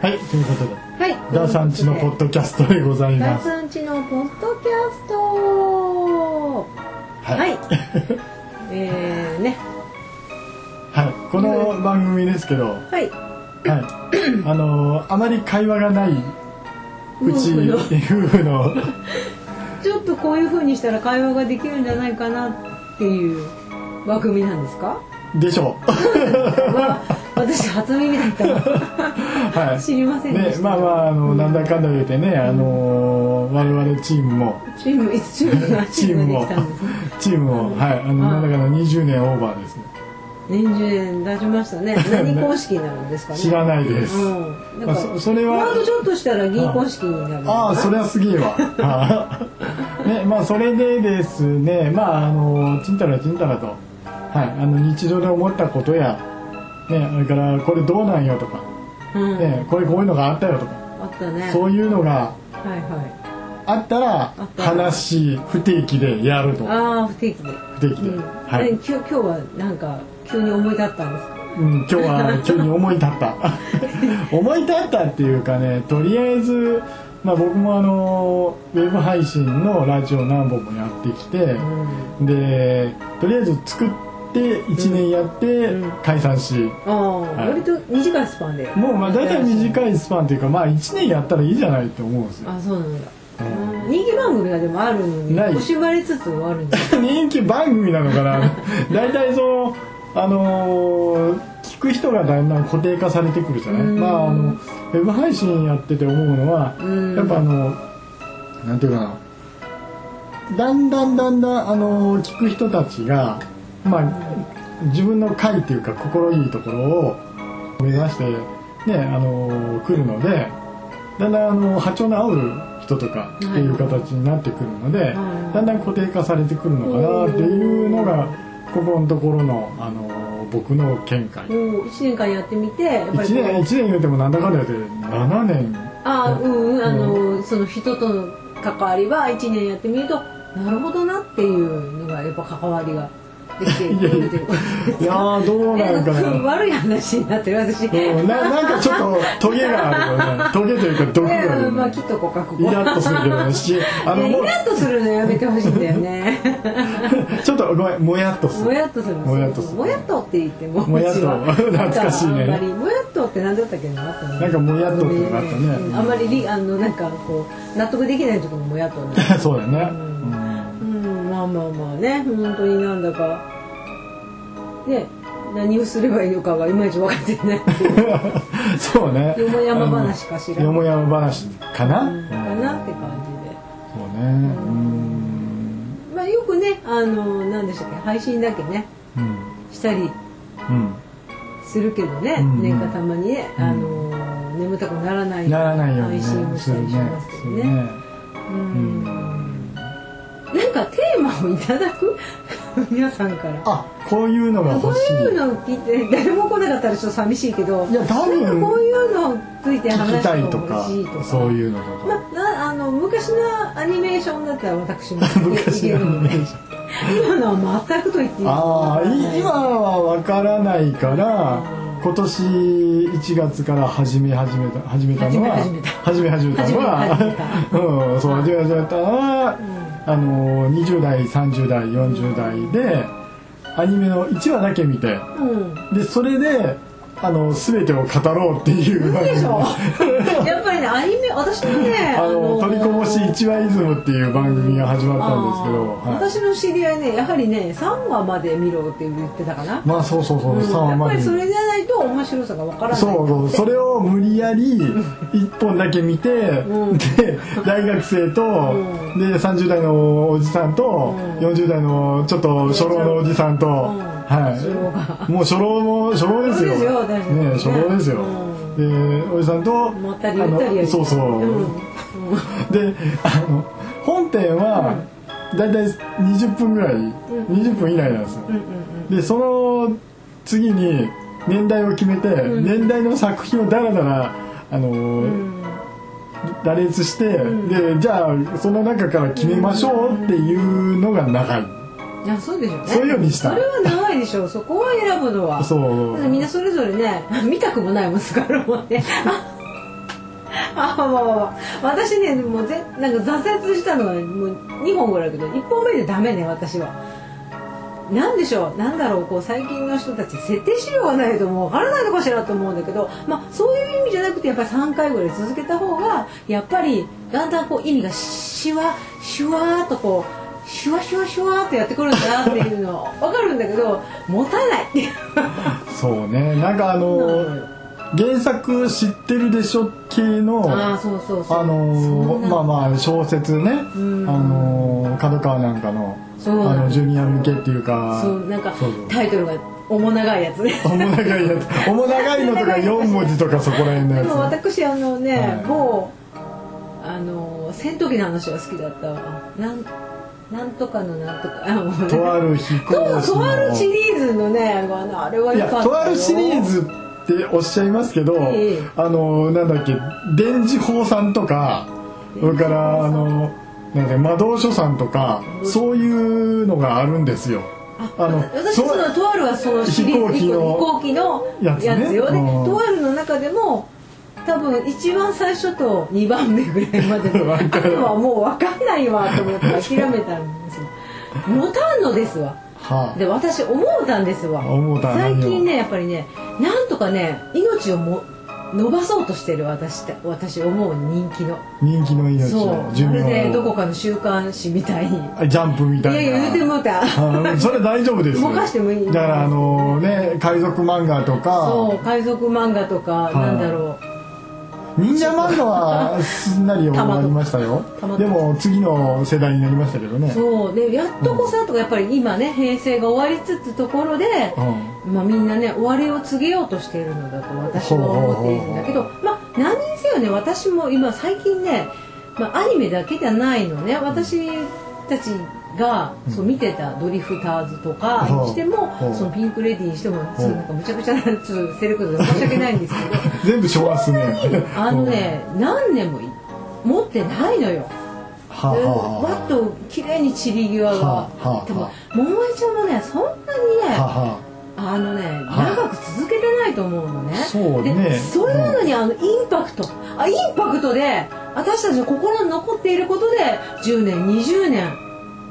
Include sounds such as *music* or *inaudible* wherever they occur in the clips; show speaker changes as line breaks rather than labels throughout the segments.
はいということで
はい
ダーさんちのポッドキャストでござい
ダ
ま
ー
す
さんちのポッドキャストはい、えーね
はいこの番組ですけど
*coughs*
はい
はい
あのーあまり会話がないうち
夫婦の
夫婦の
ちょっとこういう風にしたら会話ができるんじゃないかなっていう枠組みなんですか
でしょう
は私初耳だったわ *laughs*
はい
知りませんで
ね
した、
まあまああのなんだかんだ言うてねあのー我々チームも
チームいつチームがチ
チ
ー
ーム
ムが
も
できたんですね
チームもはいあのなんだかんだ20年オーバーですね
年中年出しました
*laughs*
ね何公式になるんですかね
知らないです
うん、なん
まあ
か
そそれは
もうあとちょっとしたら銀婚式になるのかな
ああそれはすげえわ *laughs* はいねまあそれでですねまああのちんたらちんたらと、はい、あの日常で思ったことや、ね、それからこれどうなんよとか、
うん
ね、これこういうのがあったよとか
あったね
そういうのが
はいはい
あったら
あったら
話不定期でやると
ああ不定期で、
不定期
う
で、
ん
はい、
え今日今日はなんか急に思い立ったんですか
うん、今日は急に思い立った
*laughs*
思い立ったっていうかねとりあえず、まあ、僕もあのウェブ配信のラジオ何本もやってきて、
うん
でとりあえず作って1年やって
うん
解散し、
ああ、
い
割と短いスパンで
もうまあ大体短いスパンというかまあ1年やったらいいじゃないと思うんですよ *laughs*
あそうなんだ、
うん
うん人気番組がでもあるのに
ない
惜しまれつつ終わるんだ
人気番組なのか
*laughs*
な大体そのあのー聞く人がだんだん固定化されてくるじゃない
うん
まああのウェブ配信やってて思うのは
うん
やっぱあのなんていうかなだんだんだんだんあのー聞く人たちがまあ自分の会っていうか心いいところを目指してねあのー来るのでだんだんあの波長の合う人とかっていう形になってくるので、
はい
だんだん固定化されてくるのかなっていうのがここのところの、あのー僕の見解
もう1年間やってみてやっぱり
1
こう
年一年言うてもなんだかんだ言うて7年 *laughs*
ああうんうんあのその人との関わりは1年やってみるとなるほどなっていうのがやっぱ関わりができてくるということです
いやーどうなんか
*laughs* えー
な
悪い話になってる私
うんななんかちょっとトゲがあるよねトゲというか毒
い
があ
や
るよ
まあ
ね
切っとこうかここ
イラッとするけどねしあの
いや
も
イラッとするのやめてほしいんだよ
*laughs*
ね
うちょっとごめんもやっとす
も
る
やっとするの
もやっとする
もやっとって言っても
もやっと
うちは
*laughs* 懐かしいね
なんあんまりもやっとって何だったっけなあったね
なんかもやっとっていうのがあったね
うんあんまりりあのなんかこう納得できないところももやっとね
*laughs* そうだね、
ん
うん
うんまあまあまあね本当になんだかね何をすればいいのかがいまいち分かって
*laughs*
ないっていう
そうね。
よもやま話かしら
よもやま話かな。
うんかなって感じで。
そうね。うん。
まあ、よくねあの何でしたっけ配信だけね
うん。
したり
うん。
するけどね、
うんうん
年間たまにね、
うん
あの眠たくならない
ならないようにね
配信をし
す
た
る
りし
ね
ますけ。
す
ど
る
ね
ね。
うんなんかテーマをいただく *laughs* 皆さんから
あ、こういうのが
こ
欲
う
しい。
いうのを聞いて誰も来なかったらちょっと寂しいけど
いや、多
なんかこう
分。
いうのついて
聞
話
きたい
して
と
も
か
嬉しいとか、
そういうのとか。
まなあの昔のアニメーションだったら私もい
昔
け
の
る
イメ
ので
ージ。
今のは全くと言っていい
ああ、い今はわからないから
うん。
今年1月から始め始めた始めたのは
始め
始め始めたの
始め始
は *laughs* うんそう始め始めたのは
うん
あの20代30代40代でアニメの1話だけ見て
うん
でそれであの全てを語ろうっていう
嘘でしょ
あ
やっぱりねアニメ私もね
の「取りこぼし一話イズム」っていう番組が始まったんですけど、
あー
はい
私の知り合いねやはりね3話まで見ろって言ってたかな、
まあそうそうそう、
うん
3
や
話
っ
ま
ぱ
で
り
に
それじゃないと面白さがわからない
そうそうそれを無理やり1本だけ見て、
うん
で大学生と、
う
で30代のおじさんと、
うん
40代のちょっと初老のおじさんと、
ん初老
はいもう初老も初老ですよ
初老ですよ
ね
私たち
初
ね
老ですよ、
う
でおじさんと
まったりゆったりや
あの
り
そうそう、
うんうん
であの本編はだいたい20分ぐらい、20分以内なんですよ、
うんうん
でその次に年代を決めて、
ん
年代の作品をだらだらあの
う
ー
ん
羅列して、
ん
でじゃあその中から決めましょうっていうのが長い、
いやそうでしょうね
そういうようにした
それは長いでしょうそこを選ぶのは
そう
*laughs* だってみんなそれぞれね *laughs* 見たくもないもんスカローもねああまあまあまあ私ねもうぜなんか挫折したのはもう2本ぐらいだけど1本目でダメね私はなんでしょうなんだろうこう最近の人たち設定資料がないともう分からないのかしらと思うんだけど、まあ、そういう意味じゃなくてやっぱり3回ぐらい続けた方がやっぱりだんだんこう意味がシワシュワーっとこうシュワシュワシュワーっとやってくるんだなっていうのは分かるんだけどもたないっていう
そうねなんかあの原作知ってるでしょ系の
ああ
あ
そうそうそうそ
の
んな
まあまあ小説ねあ
うん
の角川なんかのあ
そうなん
の
です
ジュニア向けっていうか
そうなんか
そうそう
タイトルが面長いやつね
おも長いやつおも長いのとか4文字とかそこら辺の
で
やつ
も私あのね、
はい
某あの戦闘機の話が好きだったわなんなんとかのなんとかあもうね
とある飛
と
行士の
とあるシリーズのねあのあれはい良か
や
ったよ
とあるシリーズっておっしゃいますけど、
ええ
あのなんだっけ電磁砲さんとかそれからあのなんだっけ魔導書さんとかそういうのがあるんですよ。
あ
あの
私そのとあるはそのシリーズ
飛行機の
飛行機のや
やつ
つ
ね
よ、で
うん
とあるの中でも多分一番最初と2番目ぐらいま
*laughs*
で
わ
あ
かる
とはもう分かんないわと思って諦めたんですよ持たんのですわ
は
で私思うたんですわ
思うたん何
最
よ
近ねやっぱりねなんとかね命をも伸ばそうとしてる私って私思う人気の
あ、人気の命
そう
の
ま
寿
るで
命
どこかの週刊誌みたいにい
あジャンプみたい
や
ない
や言うてもうた
あそれ大丈夫ですよ
動か *laughs* してもいい
だからあのね海賊漫画と
そう
か
海賊漫画とか
い
なんだろ
忍者漫画はすんなり終わりましたよ
たまと
でも次の世代になりましたけど
う
ね
そうでやっとこさとかやっぱり今ね平成が終わりつつところで
うん
まあみんなね終わりを告げようとしているのだと私は思っているんだけどまあ何にせよね私も今最近ねまあアニメだけじゃないのね私たちがそう見てたドリフターズとかにして
うんう
も
ん
そのピンク・レディーにしても
うん
そうなんかむちゃくちゃなちょっとセレクトで申し訳ないんですけ
*laughs*
ど
全部昭和っすね
あのね、何年もい持ってないのよ。
はあはあはあ
わっと綺麗に散り際が
はあはあ
でも桃江ちゃんもねそんなにね
はあは
あのね
あ
長く続けてないと思うのね
そうね
でそれなのにあのインパクトあインパクトで私たちの心に残っていることで10年20年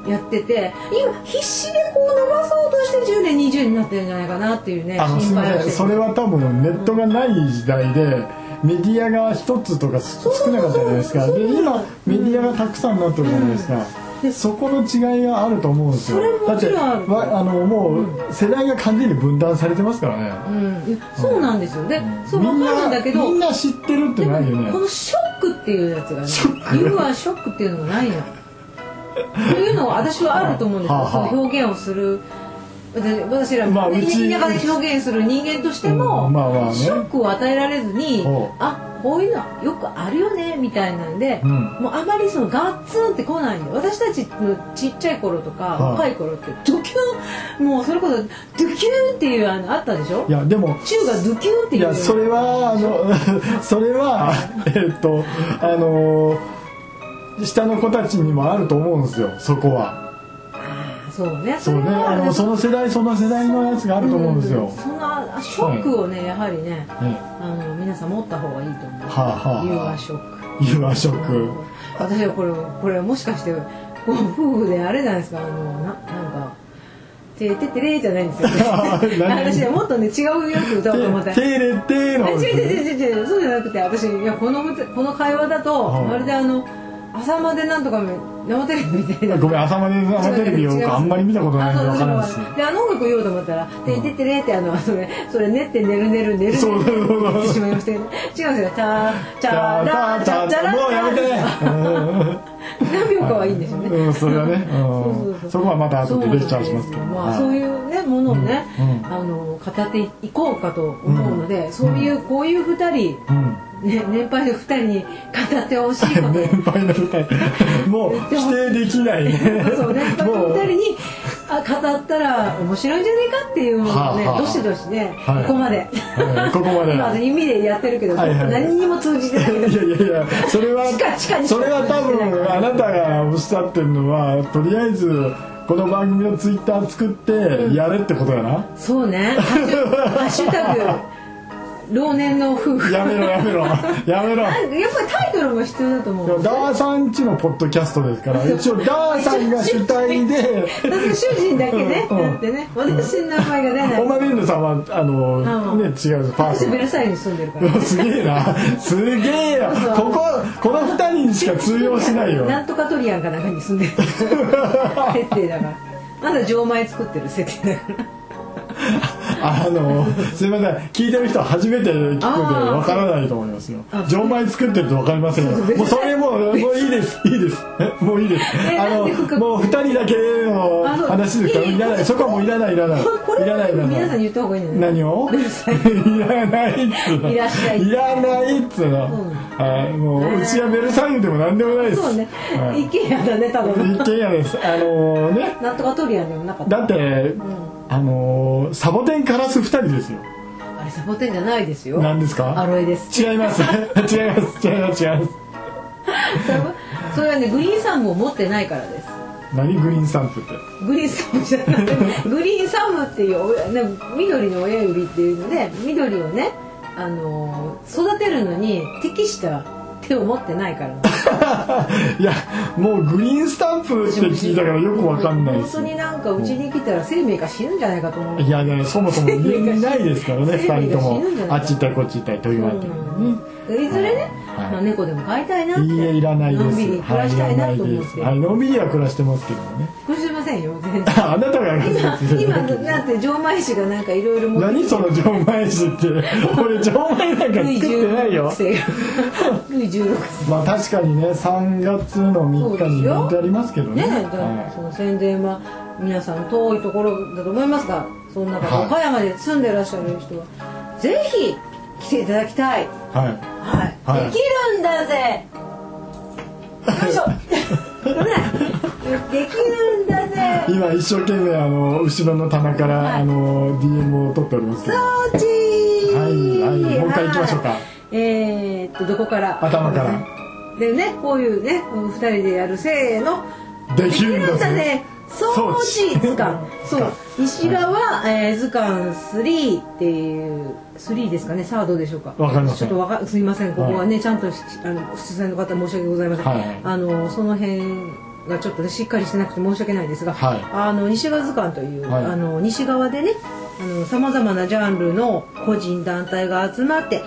やってて今必死でこう伸ばそうとして10年20年になってるんじゃないかなっていうね
ああのす
心
みま
配をして
せんそれは多分ネットがない時代でメディアが一つとか少なかったじゃないですか
そうそうそう
で今メディアがたくさんなってるじゃないですか、
で
そこの違いがあると思うんですよ
それも
だ
も
っ
ち
て
ろんある
わあのもう世代が完全に分断されてますから
う
ね、
んいやそうなんですよで、そう
み
分
ん
かるん
な
だけど
みんな知ってるって
でも
ないよね
このショックっていうやつがね
ショック
今はショックっていうのがないのというのは私はあると思うんですよ、
はあはあ
その表現をするで私ら
まあ
も
うち
田舎で表現する人間としても、
うんまあまあね
ショックを与えられずに
ほう
あこういうのはよくあるよねみたいなんで、
うん
もうあまりそのガッツンってこないんで私たちのちっちゃい頃とか、
はい
若い頃ってドキュンもうそれこそドキュンっていうあのあったでしょ
いやでも
中がドキュンってい
い
う
やそれはあの *laughs* それはえっとあの下の子たちにもあると思うんですよそこは
そうね
そうね
れは
あのその世代その世代のやつがあると思うんですよ、
そんなショックをね、やはりね、
ね
あの皆さん持った方がいいと思う。
はあはあはあ
ユーアショック。
夕和食
私はこれこれもしかしてご夫婦であれじゃないですかあのななんか。てててれーじゃないんですよ、ね。
*laughs* 何
私ねもっとね違うやつ歌おうと思って
て。てれての
あ違う違う違う違うそうじゃなくて私いやこの歌この会話だと、
はい
まるであの朝までなんとかめ生テレビみたいな
ごめん朝まで生テレビを僕あんまり見たことないんでわからないです
であの音楽言おうと思ったら「てててれ」ってあのそれそれ「ね」って「寝る寝る寝る」
そうそうそう
言ってしまいましたけど違うんですよ「チャーチャーラーチャーチャラ
もうやめて
何秒かはいいんですよね
うんそれはね
そうそう
う
そうん
そこはまた
そ
後
う
で
な
レ
んで
ク
す
チャ
よ
ーしますけど
まあ、そう
はい
いうねものをね、
うん
あの語っていこうかと思うので、そういうこういう二人、
うん
ね、年配の二人に語ってほしいこと
年配の二人もう否定できないね
そうね、二
もう
人にあ語ったら面白いんじゃねえかっていうものをね、
はあはあ
どしどしね、
はい
ここまで、
はいここまで
*laughs* 今私耳でやってるけど、
はいはい
何にも通じてないけど
いやいやいやそれは
地下地下に
それは多分あなたがおっしゃってるのはとりあえずこの番組のツイッター作ってやれってことやな、
そうねハッシュハッシュタグ老年の夫婦
やめろやめ
*laughs*
ろやめろ
なんかやっぱりタイトルも必要だと思う
ダーさんちのポッドキャストですから一応ダーさんが主体
*laughs*
で
私主人だけね、
うんうん
だってね私の名前が出ない
オナリンヌさんはあの、
うん
ね違うパーソ
私
ナ
ベ *laughs* ル
ル
サイユに住んでるから
すげえなすげえよ
そう
こここの二人にしか通用しないよ
*laughs* なんとかトリアンかなんかに住ん
*laughs*
でる設定だからまだ錠前作ってる設定だから
あのすいません聞いてる人は初めて聞くんで
あー
わからないと思いますよ
あ
錠前作ってるとわかりませんよ
そうそう
もうそれもうもういいですいいですえもういいです
え
あ
なんで深
の
く
もう二人だけの
あそう
話ですから
いい
いらないそこはもういらないいらない
これ
いらないいら
は皆
な
さん
い
に言った方がいいんじゃない
何を
ベルサイユ
いらないっつうの
いらっしゃい
いらないっつうの、
うん
はいもううちはベルサイユでもなんでもないです
そうね、
はい
一軒家だね多分
一軒家ですあのね
なんとかトリアンでもなかった
だって、あのサボテンカラス二人ですよ
あれサボテンじゃないですよ
何ですか
アロエです *laughs*
違います *laughs* 違います違います違います
サボそれはねグリーンサムを持ってないからです
何グリーンスタンプって *laughs*
グリーンサムじゃないグリーンサムっていうおね緑の親指っていうので緑をね、あのー育てるのに適した手を持ってない
*laughs*
から
いやもうグリーンスタンプって聞いたからよくわかんないで
本
す
当
よ
になんかうちに来たら生命が死ぬんじゃないかと思う
いやいやそもそも家にいないですからね
生命が
二人と
死ぬんじゃ
も
な
あ
い
っち行ったりこっち行ったりと言われてるね
いずれね、
はい
まあ、猫でも飼いたいなって
いいえいらないです
のんびり暮らしたいなと思っ
はい
て、
いらないですはいのんびりは暮らしてますけどね
暮らしてませんよ全然
あなたが暮らして *laughs*
今
る
今なんて錠前師がなんかいろいろ持って
何その錠前師って俺錠前なんか作
ル
っ
イ
てない
*laughs* 16
よ
世ルイ16世
まあ確かにね3月の3日に
そう
っ
ですよ
てありますけどね
ねえ、
はい
その宣伝は皆さん遠いところだと思いますがその中で
はい
岡山で住んでらっしゃる人はぜひ来ていただきたい、
は
はい
はい
できるんだぜよ
*laughs*
いしょごめんできるんだ
い、
ぜ
今一生懸命あの後ろの棚から、
はい
あの DM を取っておりますけど
装置
はいはいもう一回行きましょうか
はいえー、っとどこから
頭から
でねこういうねこの二人でやるせーの
できるんだ
でき
ぜ
ね装置図鑑
装
そ
置
う西側、えー図鑑3っていう3ですかねサードでしょうか
わかりません
ちょっとわかすいませんここはね、ちゃんとしあの主催の方申し訳ございません、
はいはい
あのその辺がちょっとねしっかりしてなくて申し訳ないですが、
はい
あの西側図鑑という、
はい
あの西側でねさまざまなジャンルの個人団体が集まって、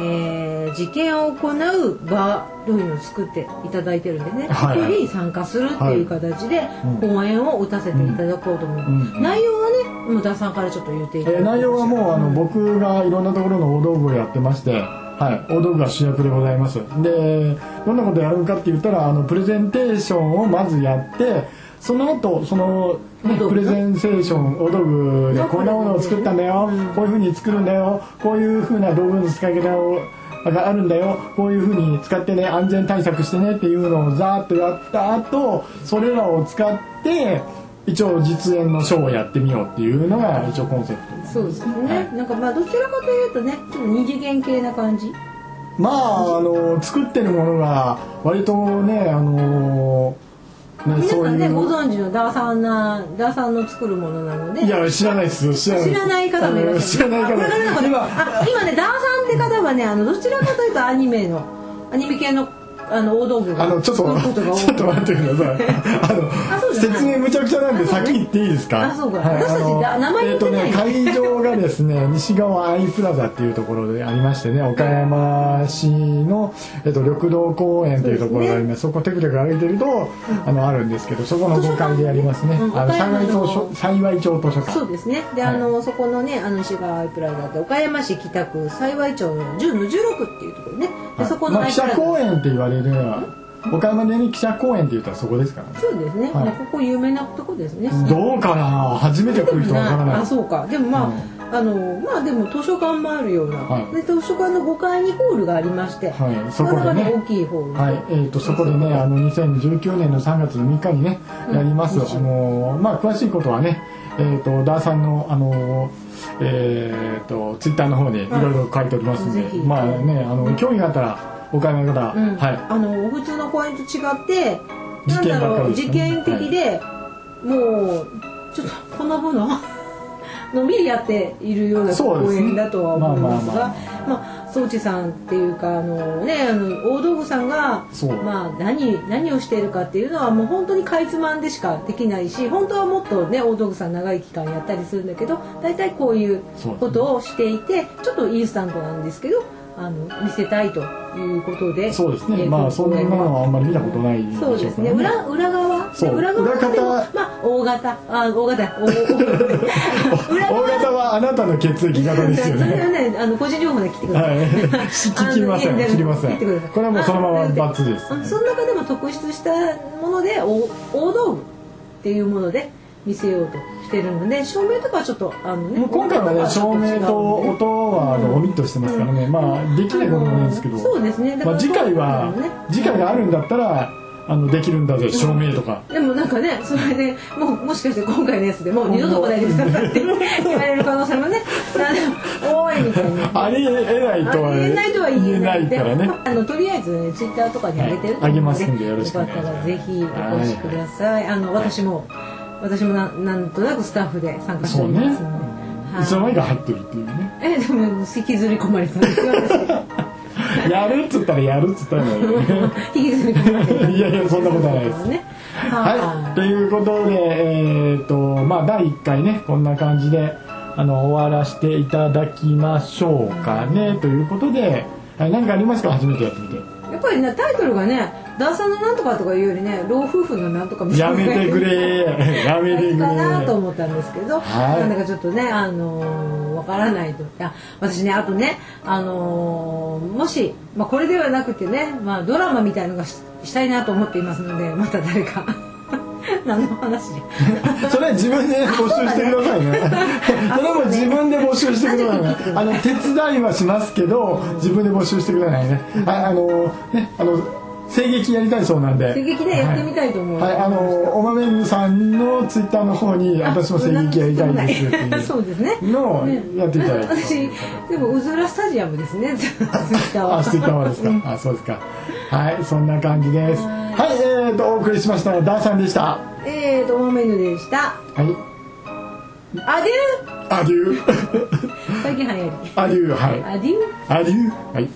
えー実験を行う場というのを作っていただいてるんでね、
はいはい
一人参加するっていう形で
うん
講演を打たせていただこうと思います、
うんうん
内容はねもう田さんからちょっと言ってい
え
ただい
ー
て
内容はもうあの僕がいろんなところの大道具をやってまして、はい、大道具が主役でございますでどんなことやるかって言ったらあのプレゼンテーションをまずやってその後その
大道具
プレゼンテーション大道具でこんなものを作ったんだよ
うん
こういうふうに作るんだよこういうふうな道具の使い方をがあるんだよこういうふうに使ってね安全対策してねっていうのをざーっとやった後それらを使って一応実演のショーをやってみようっていうのが一応コンセプト
そうですね、
はい
なんかまあどちらかというとねちょっと二次元系な感じ
まああの作ってるものが割とねあのね
皆
そう
さん
い
ねご
う
存知のダーさんなダーさんの作るものなので
いや知らないですよ知らない
知らない方もいらっしゃる
あの知らない
あこれから
方
の
今
あ今ねダーさんって方はねあのどちらかというとアニメのアニメ系のあの大道具が
あのちょっと
作ることが多い
ちょっと待ってくださいあの
あそうじゃない
説明むちゃくちゃなんで先言っていいですか
あそうか
はい
私たち
あの
だ名前言ってない
えっとね会場がですね西側アイプラザっていうところでありましてね岡山市の、えっと、緑道公園っていうところがありますそこテクテク歩いてるとあのあるんですけどそこの5階でやりますね
うん
あの
岡山
幸い
の
町幸い町図書館
そうですね。で、
はい
あのそこのね、あの西側アイプラザで岡山市北区幸町の10の16っていうところね。で、
はい
そこの
ま
ア
あ、
イ
記
プラ
者
ザ。
公園って言われるのは岡山でね記者公園って言ったらそこですからね
そうですね。
はい
でここ有名なとこですね。
どうかな初めて来る人わからない
あ、そうか。でもまあ、
うん
あのまあでも図書館もあるような、
はい
で図書館の5階にホールがありまして、
はいそこでね
なかなか大きいホールで、
はい、えー、とそこでねあの2019年の3月の3日にね
うん
やります、
うん
あのーまあ詳しいことはねえー、とダーさんのあのーえー、とツイッターの方にいろいろ書いておりますんで、
はいぜひ
まあねあの興味があったらお買いの方、
うん
はい
あの普通の公園と違って
事
なん
件
だ
ばっか
ろう
りですね
事件的で、もうちょっとこの部のあ *laughs* のびりやっているような
そう
公
ですね
園だとは思いますが
まあま
まあ宗地さんっていうかあの、ね、あの大道具さんが
そう
まあ、何何をしているかっていうのはもう本当にかいつまんでしかできないし本当はもっとね大道具さん長い期間やったりするんだけど大体こういう
そうですね
ことをしていてちょっとインスタントなんですけどあの見せたいということで
そうですね、
えー
まあそ
今
んな
回
のはあんまり見たことないでし
そう
ょ
で
う
す
か
ね
らね
裏裏側で
そう
裏側でも
裏方
まあ大型あ大型おお
*laughs*
裏
大型はあなたの血液型ですよ
それは
ね
*laughs* ねあの個人情報で来てください
はい聞きませ
あのいや
ん知りませ
聞いてくださ
ん
い
これはもうそのまま
あ
バツです
あの
ね
その中でも特筆したものでお大道具っていうもので見せようとしてるので照明とかはちょっとあのね
もう今回はね照明と
音
音はあのオミットしてますからね、まあできないこともないんですけど、
そうですねだか
まあ、
ら
次回は、
そういうのもね
次回があるんだったらあのできるんだぜ照明とか、
でもなんかねそれでもうもしかして今回のやつでもう二度と来ないでくださいって言われる可能性もねあの多いみたいな。
ありえないとは
言えないとは言えない
言えないからね
まああのとりあえずねツイッターとかに上げてると
はい
思うので
上げますんでよろしくお願いします
よかったらぜひお越しください。あの私も私もなんなんとなくスタッフで参加しておりますので。はい
いつの間にか入ってるっていうね
えでも引きずり込まれてたん
*laughs*
ですよ。
やるっつったらやるっつったらやるね
私引きずり込まれてた。
いやいやそんなことはないです
ね。
はい、ということで、えーとまあ、第1回ねこんな感じであの終わらせていただきましょうかねということで、はい、何かありますか初めてやってみて。
やっぱりねタイトルがね「旦さんのなんとか」とかいうよりね「老夫婦のなんとか」みた
や
いな
めてくれやめてくれ
かなと思ったんですけど、
はい
なんだかちょっとねあのーわからないとあ私ねあとねあのーもし、まあ、これではなくてね、まあ、ドラマみたいのがししたいなと思っていますのでまた誰か *laughs* 何
*laughs*
の話
それ自分で募集してくださいね。それも自分で募集してくださいね。あの手伝いはしますけど、自分で募集してくださいね。ああのねあの声劇やりたいそうなんで。
追撃でやってみたいと思う、
はい、あのおまめんさんのツイッターの方に私も声劇やりたいんですって
あ *laughs* そうですね
いうのを
ね
やっていただいて。
私でもうずらスタジアムですねツイッターは
あ、ツイッターはですか。あ、そうですか。はい、そんな感じです。はい、えーとお送りしましたのはダーさんでした。
えーと、モメヌでした。
はい、
アデュ
アデュー、 *laughs*
ー最近流行り。
アデュー、はい、
アデュー
アデュー、はい。